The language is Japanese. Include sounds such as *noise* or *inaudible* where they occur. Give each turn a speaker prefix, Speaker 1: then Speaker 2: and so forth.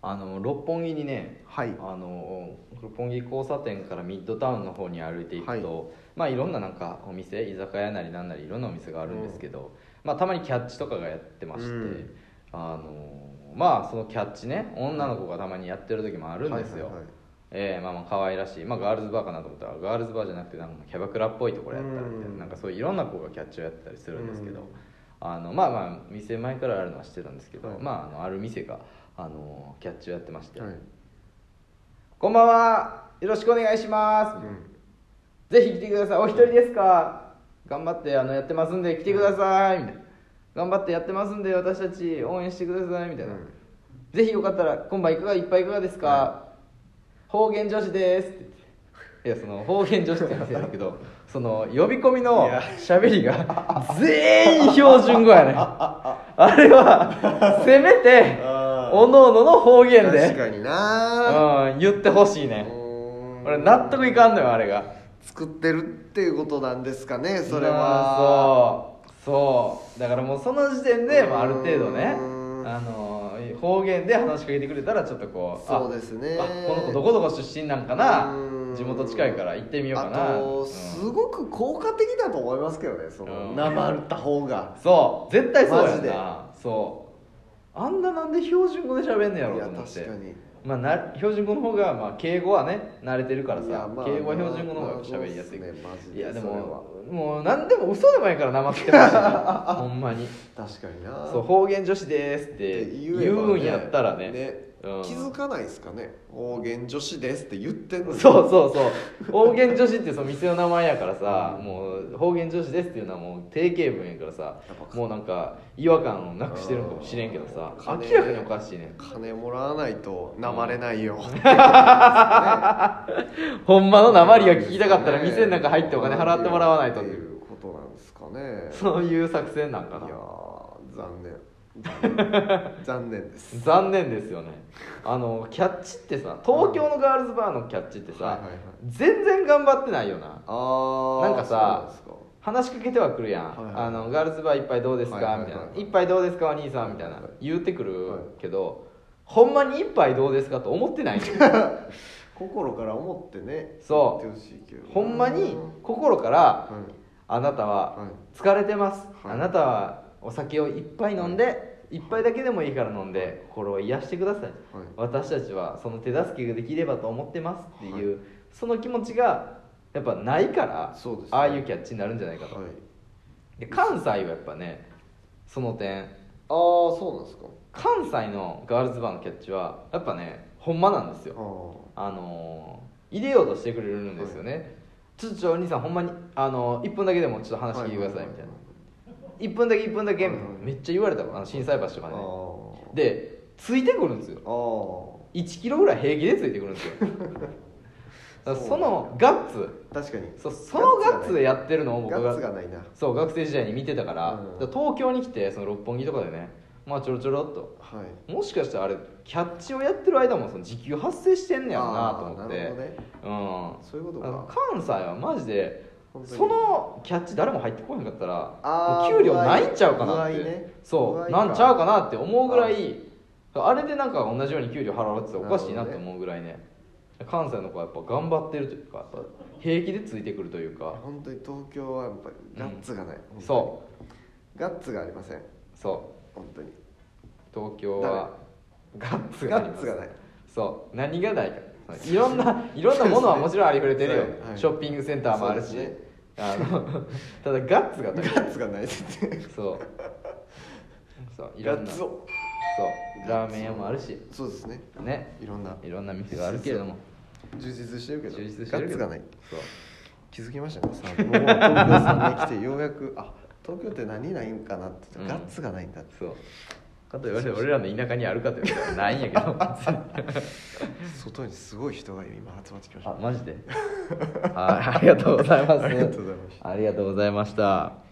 Speaker 1: あの六本木にね
Speaker 2: はい
Speaker 1: あの六本木交差点からミッドタウンの方に歩いていくと、まあいろんななんかお店居酒屋なりなんなりいろんなお店があるんですけど、まあたまにキャッチとかがやってまして、
Speaker 2: うん
Speaker 1: あのまあそのキャッチね女の子がたまにやってる時もあるんですよ、
Speaker 2: はいはいはい
Speaker 1: ええまあまあ可愛らしい、まあ、ガールズバーかなと思ったらガールズバーじゃなくてなんかキャバクラっぽいところやったらみたいな
Speaker 2: うん
Speaker 1: なんかそういういろんな子がキャッチをやってたりするんですけど、
Speaker 2: うん
Speaker 1: あのまあまあ店前からあるのは知ってたんですけど、
Speaker 2: はい
Speaker 1: まああのある店があのキャッチをやってまして、
Speaker 2: はい
Speaker 1: こんばんはよろしくお願いします、ぜひ来てくださいお一人ですか頑張ってあのやってますんで来てくださいみたいな頑張ってやってますんで私たち応援してくださいみたいな、
Speaker 2: うん
Speaker 1: ぜひよかったら今晩いかがいっぱいいかがですか、方言女子ですって言っていやその方言女子って言ってたんだけど
Speaker 2: *laughs*
Speaker 1: その呼び込みの
Speaker 2: いや
Speaker 1: 喋りが全員標準語やねんあれはせめて
Speaker 2: あー
Speaker 1: おのおのの方言
Speaker 2: 確
Speaker 1: で、
Speaker 2: かにな
Speaker 1: うん、言ってほしいねん
Speaker 2: こ
Speaker 1: 俺納得いかんのよあれが
Speaker 2: 作ってるっていうことなんですかねそれは
Speaker 1: はそうそうだからもうその時点で、まあ、ある程度ね
Speaker 2: うーん
Speaker 1: あの方言で話しかけてくれたらちょっとこうあ
Speaker 2: そうですね
Speaker 1: あこの子どこどこ出身なんかな
Speaker 2: うん
Speaker 1: 地元近いから行ってみようかな
Speaker 2: あとす
Speaker 1: うん
Speaker 2: ごく効果的だと思いますけどねその
Speaker 1: うん
Speaker 2: なまった方が
Speaker 1: そう絶対そうや
Speaker 2: マジ
Speaker 1: ん
Speaker 2: で
Speaker 1: なそうあんななんで標準語で喋んねやろ
Speaker 2: いうや
Speaker 1: と思って
Speaker 2: 確かに
Speaker 1: まあ、な標準語の方が、まあ、敬語はね慣れてるから
Speaker 2: いや
Speaker 1: さ、
Speaker 2: まあ
Speaker 1: 敬語は標準語の方が喋りやすい、
Speaker 2: まあそうっすねマジで
Speaker 1: いやで
Speaker 2: それ
Speaker 1: ももう何でも嘘でもいいからなまってほしいなほんまに
Speaker 2: 確かにな
Speaker 1: そう方言女子ですっ
Speaker 2: ってて言え
Speaker 1: 言
Speaker 2: ばね
Speaker 1: うんやったらねうん
Speaker 2: 気づかないですかね方言女子ですって言ってんのに
Speaker 1: そうそうそう方言女子ってその店の名前やからさもう方言女子ですっていうのはもう定型文やからさ
Speaker 2: やっぱ
Speaker 1: もうなんか違和感をなくしてるのかもしれんけどさ
Speaker 2: うん
Speaker 1: 明らかにおかしいね
Speaker 2: 金もらわないとなまれないよ、
Speaker 1: *laughs* ほんまの鉛が聞きたかったら店の中入ってお金払ってもらわないとって
Speaker 2: って
Speaker 1: いう
Speaker 2: いうことなんですかね
Speaker 1: そういう作戦なんか
Speaker 2: い
Speaker 1: な
Speaker 2: やー残念
Speaker 1: *laughs*
Speaker 2: 残念残念です
Speaker 1: 残念ですよねあのキャッチってさ東京のガールズバーのキャッチって
Speaker 2: はいは
Speaker 1: さ
Speaker 2: いはい
Speaker 1: 全然頑張ってないよな
Speaker 2: あー
Speaker 1: なんかさ
Speaker 2: そう
Speaker 1: 話しかけてはくるやん、
Speaker 2: はいはい
Speaker 1: あのガールズバー一杯どうですか、
Speaker 2: はいはいはい
Speaker 1: みたいな一杯どうですかお兄さんみたい
Speaker 2: は
Speaker 1: ない
Speaker 2: はい
Speaker 1: 言ってくる
Speaker 2: はい
Speaker 1: けど、ほんまに一杯どうですかと思ってないねん
Speaker 2: なんですか心から思ってね
Speaker 1: そう
Speaker 2: 言ってほしいけどな
Speaker 1: ほんまに
Speaker 2: は
Speaker 1: 心から
Speaker 2: い
Speaker 1: あなたは
Speaker 2: はい
Speaker 1: 疲れてます、
Speaker 2: はい
Speaker 1: あなたはお酒を一杯飲んで一杯だけでもいいから飲んで心を癒してください、私たちはその手助けができればと思ってますっていう、その気持ちがやっぱないから
Speaker 2: そうですね
Speaker 1: ああいうキャッチになるんじゃないかと、
Speaker 2: はい
Speaker 1: で関西はやっぱねその点
Speaker 2: ああそうなんですか
Speaker 1: 関西のガールズバーのキャッチはやっぱねほんまなんですよ
Speaker 2: あ
Speaker 1: あのー入れようとしてくれるんですよね、ちょっとちょお兄さんほんまにあのー1分だけでもちょっと話聞いてくださいみたいな1分だけ1分だけ
Speaker 2: はいはい
Speaker 1: めっちゃ言われたわあの心斎橋と
Speaker 2: あ
Speaker 1: か
Speaker 2: あ
Speaker 1: ね
Speaker 2: ー
Speaker 1: でついてくるんですよ
Speaker 2: あー
Speaker 1: 1キロぐらい平気でついてくるんです
Speaker 2: *laughs*
Speaker 1: よだからそのガッツ
Speaker 2: 確かに
Speaker 1: そうそのガッツでやってるのを僕
Speaker 2: ガ
Speaker 1: が
Speaker 2: ッツがないな
Speaker 1: そう学生時代に見てたから,、
Speaker 2: うん
Speaker 1: 東京に来てその六本木とかでねまあちょろちょろっと
Speaker 2: はい
Speaker 1: もしかしたらあれキャッチをやってる間もその時給発生してんねやろなと思って
Speaker 2: あーなるほどね
Speaker 1: う
Speaker 2: そういうこと
Speaker 1: ん、あの
Speaker 2: か
Speaker 1: 関西はマジで
Speaker 2: 本当に
Speaker 1: そのキャッチ誰も入ってこへんかったら
Speaker 2: あー
Speaker 1: もう給料ないんちゃうかなっ
Speaker 2: 具合
Speaker 1: て、
Speaker 2: ね
Speaker 1: そ
Speaker 2: 具
Speaker 1: う
Speaker 2: 合か
Speaker 1: なんちゃうかなって思うぐらいあれでなんか同じように給料払われてたらおかしいな
Speaker 2: なるほど
Speaker 1: と
Speaker 2: ね
Speaker 1: 思うぐらいね関西の子はやっぱ頑張ってるというかやっぱ平気でついてくるというか
Speaker 2: 本当に東京はやっぱりガッツがない、本当に
Speaker 1: そう
Speaker 2: ガッツがありません
Speaker 1: そ
Speaker 2: 本当に
Speaker 1: う東京はガッツがあ
Speaker 2: ガ
Speaker 1: り
Speaker 2: ッ
Speaker 1: ま
Speaker 2: ツ
Speaker 1: す
Speaker 2: がない
Speaker 1: そう何がないかいろんないろんなものはもちろんありふれてるよ、
Speaker 2: そうですねはい
Speaker 1: ショッピングセンターもあるし、
Speaker 2: そうですね
Speaker 1: あのただガッツが
Speaker 2: ガ
Speaker 1: 足りない
Speaker 2: ッツがないですね
Speaker 1: そうそういろ
Speaker 2: ガ
Speaker 1: んな
Speaker 2: ッツ
Speaker 1: そう
Speaker 2: を
Speaker 1: ラーメン屋もあるし
Speaker 2: そうですね
Speaker 1: ね
Speaker 2: いろんない
Speaker 1: ろんな店があるけれども
Speaker 2: 充実してるけど
Speaker 1: 充実してるけど
Speaker 2: ガッツがない
Speaker 1: そう
Speaker 2: 気づきましたねさあもう東京さんに来てようやくあ東京って何ないんかなって、
Speaker 1: うん
Speaker 2: ガッツがないんだって
Speaker 1: そうかと言われて俺らの田舎にあるかと言われたらないん *laughs* やけど
Speaker 2: 外にすごい人が今集まってきまし
Speaker 1: *laughs*
Speaker 2: た
Speaker 1: あマジではいありがとうございます
Speaker 2: ありがとうございました
Speaker 1: ありがとうございました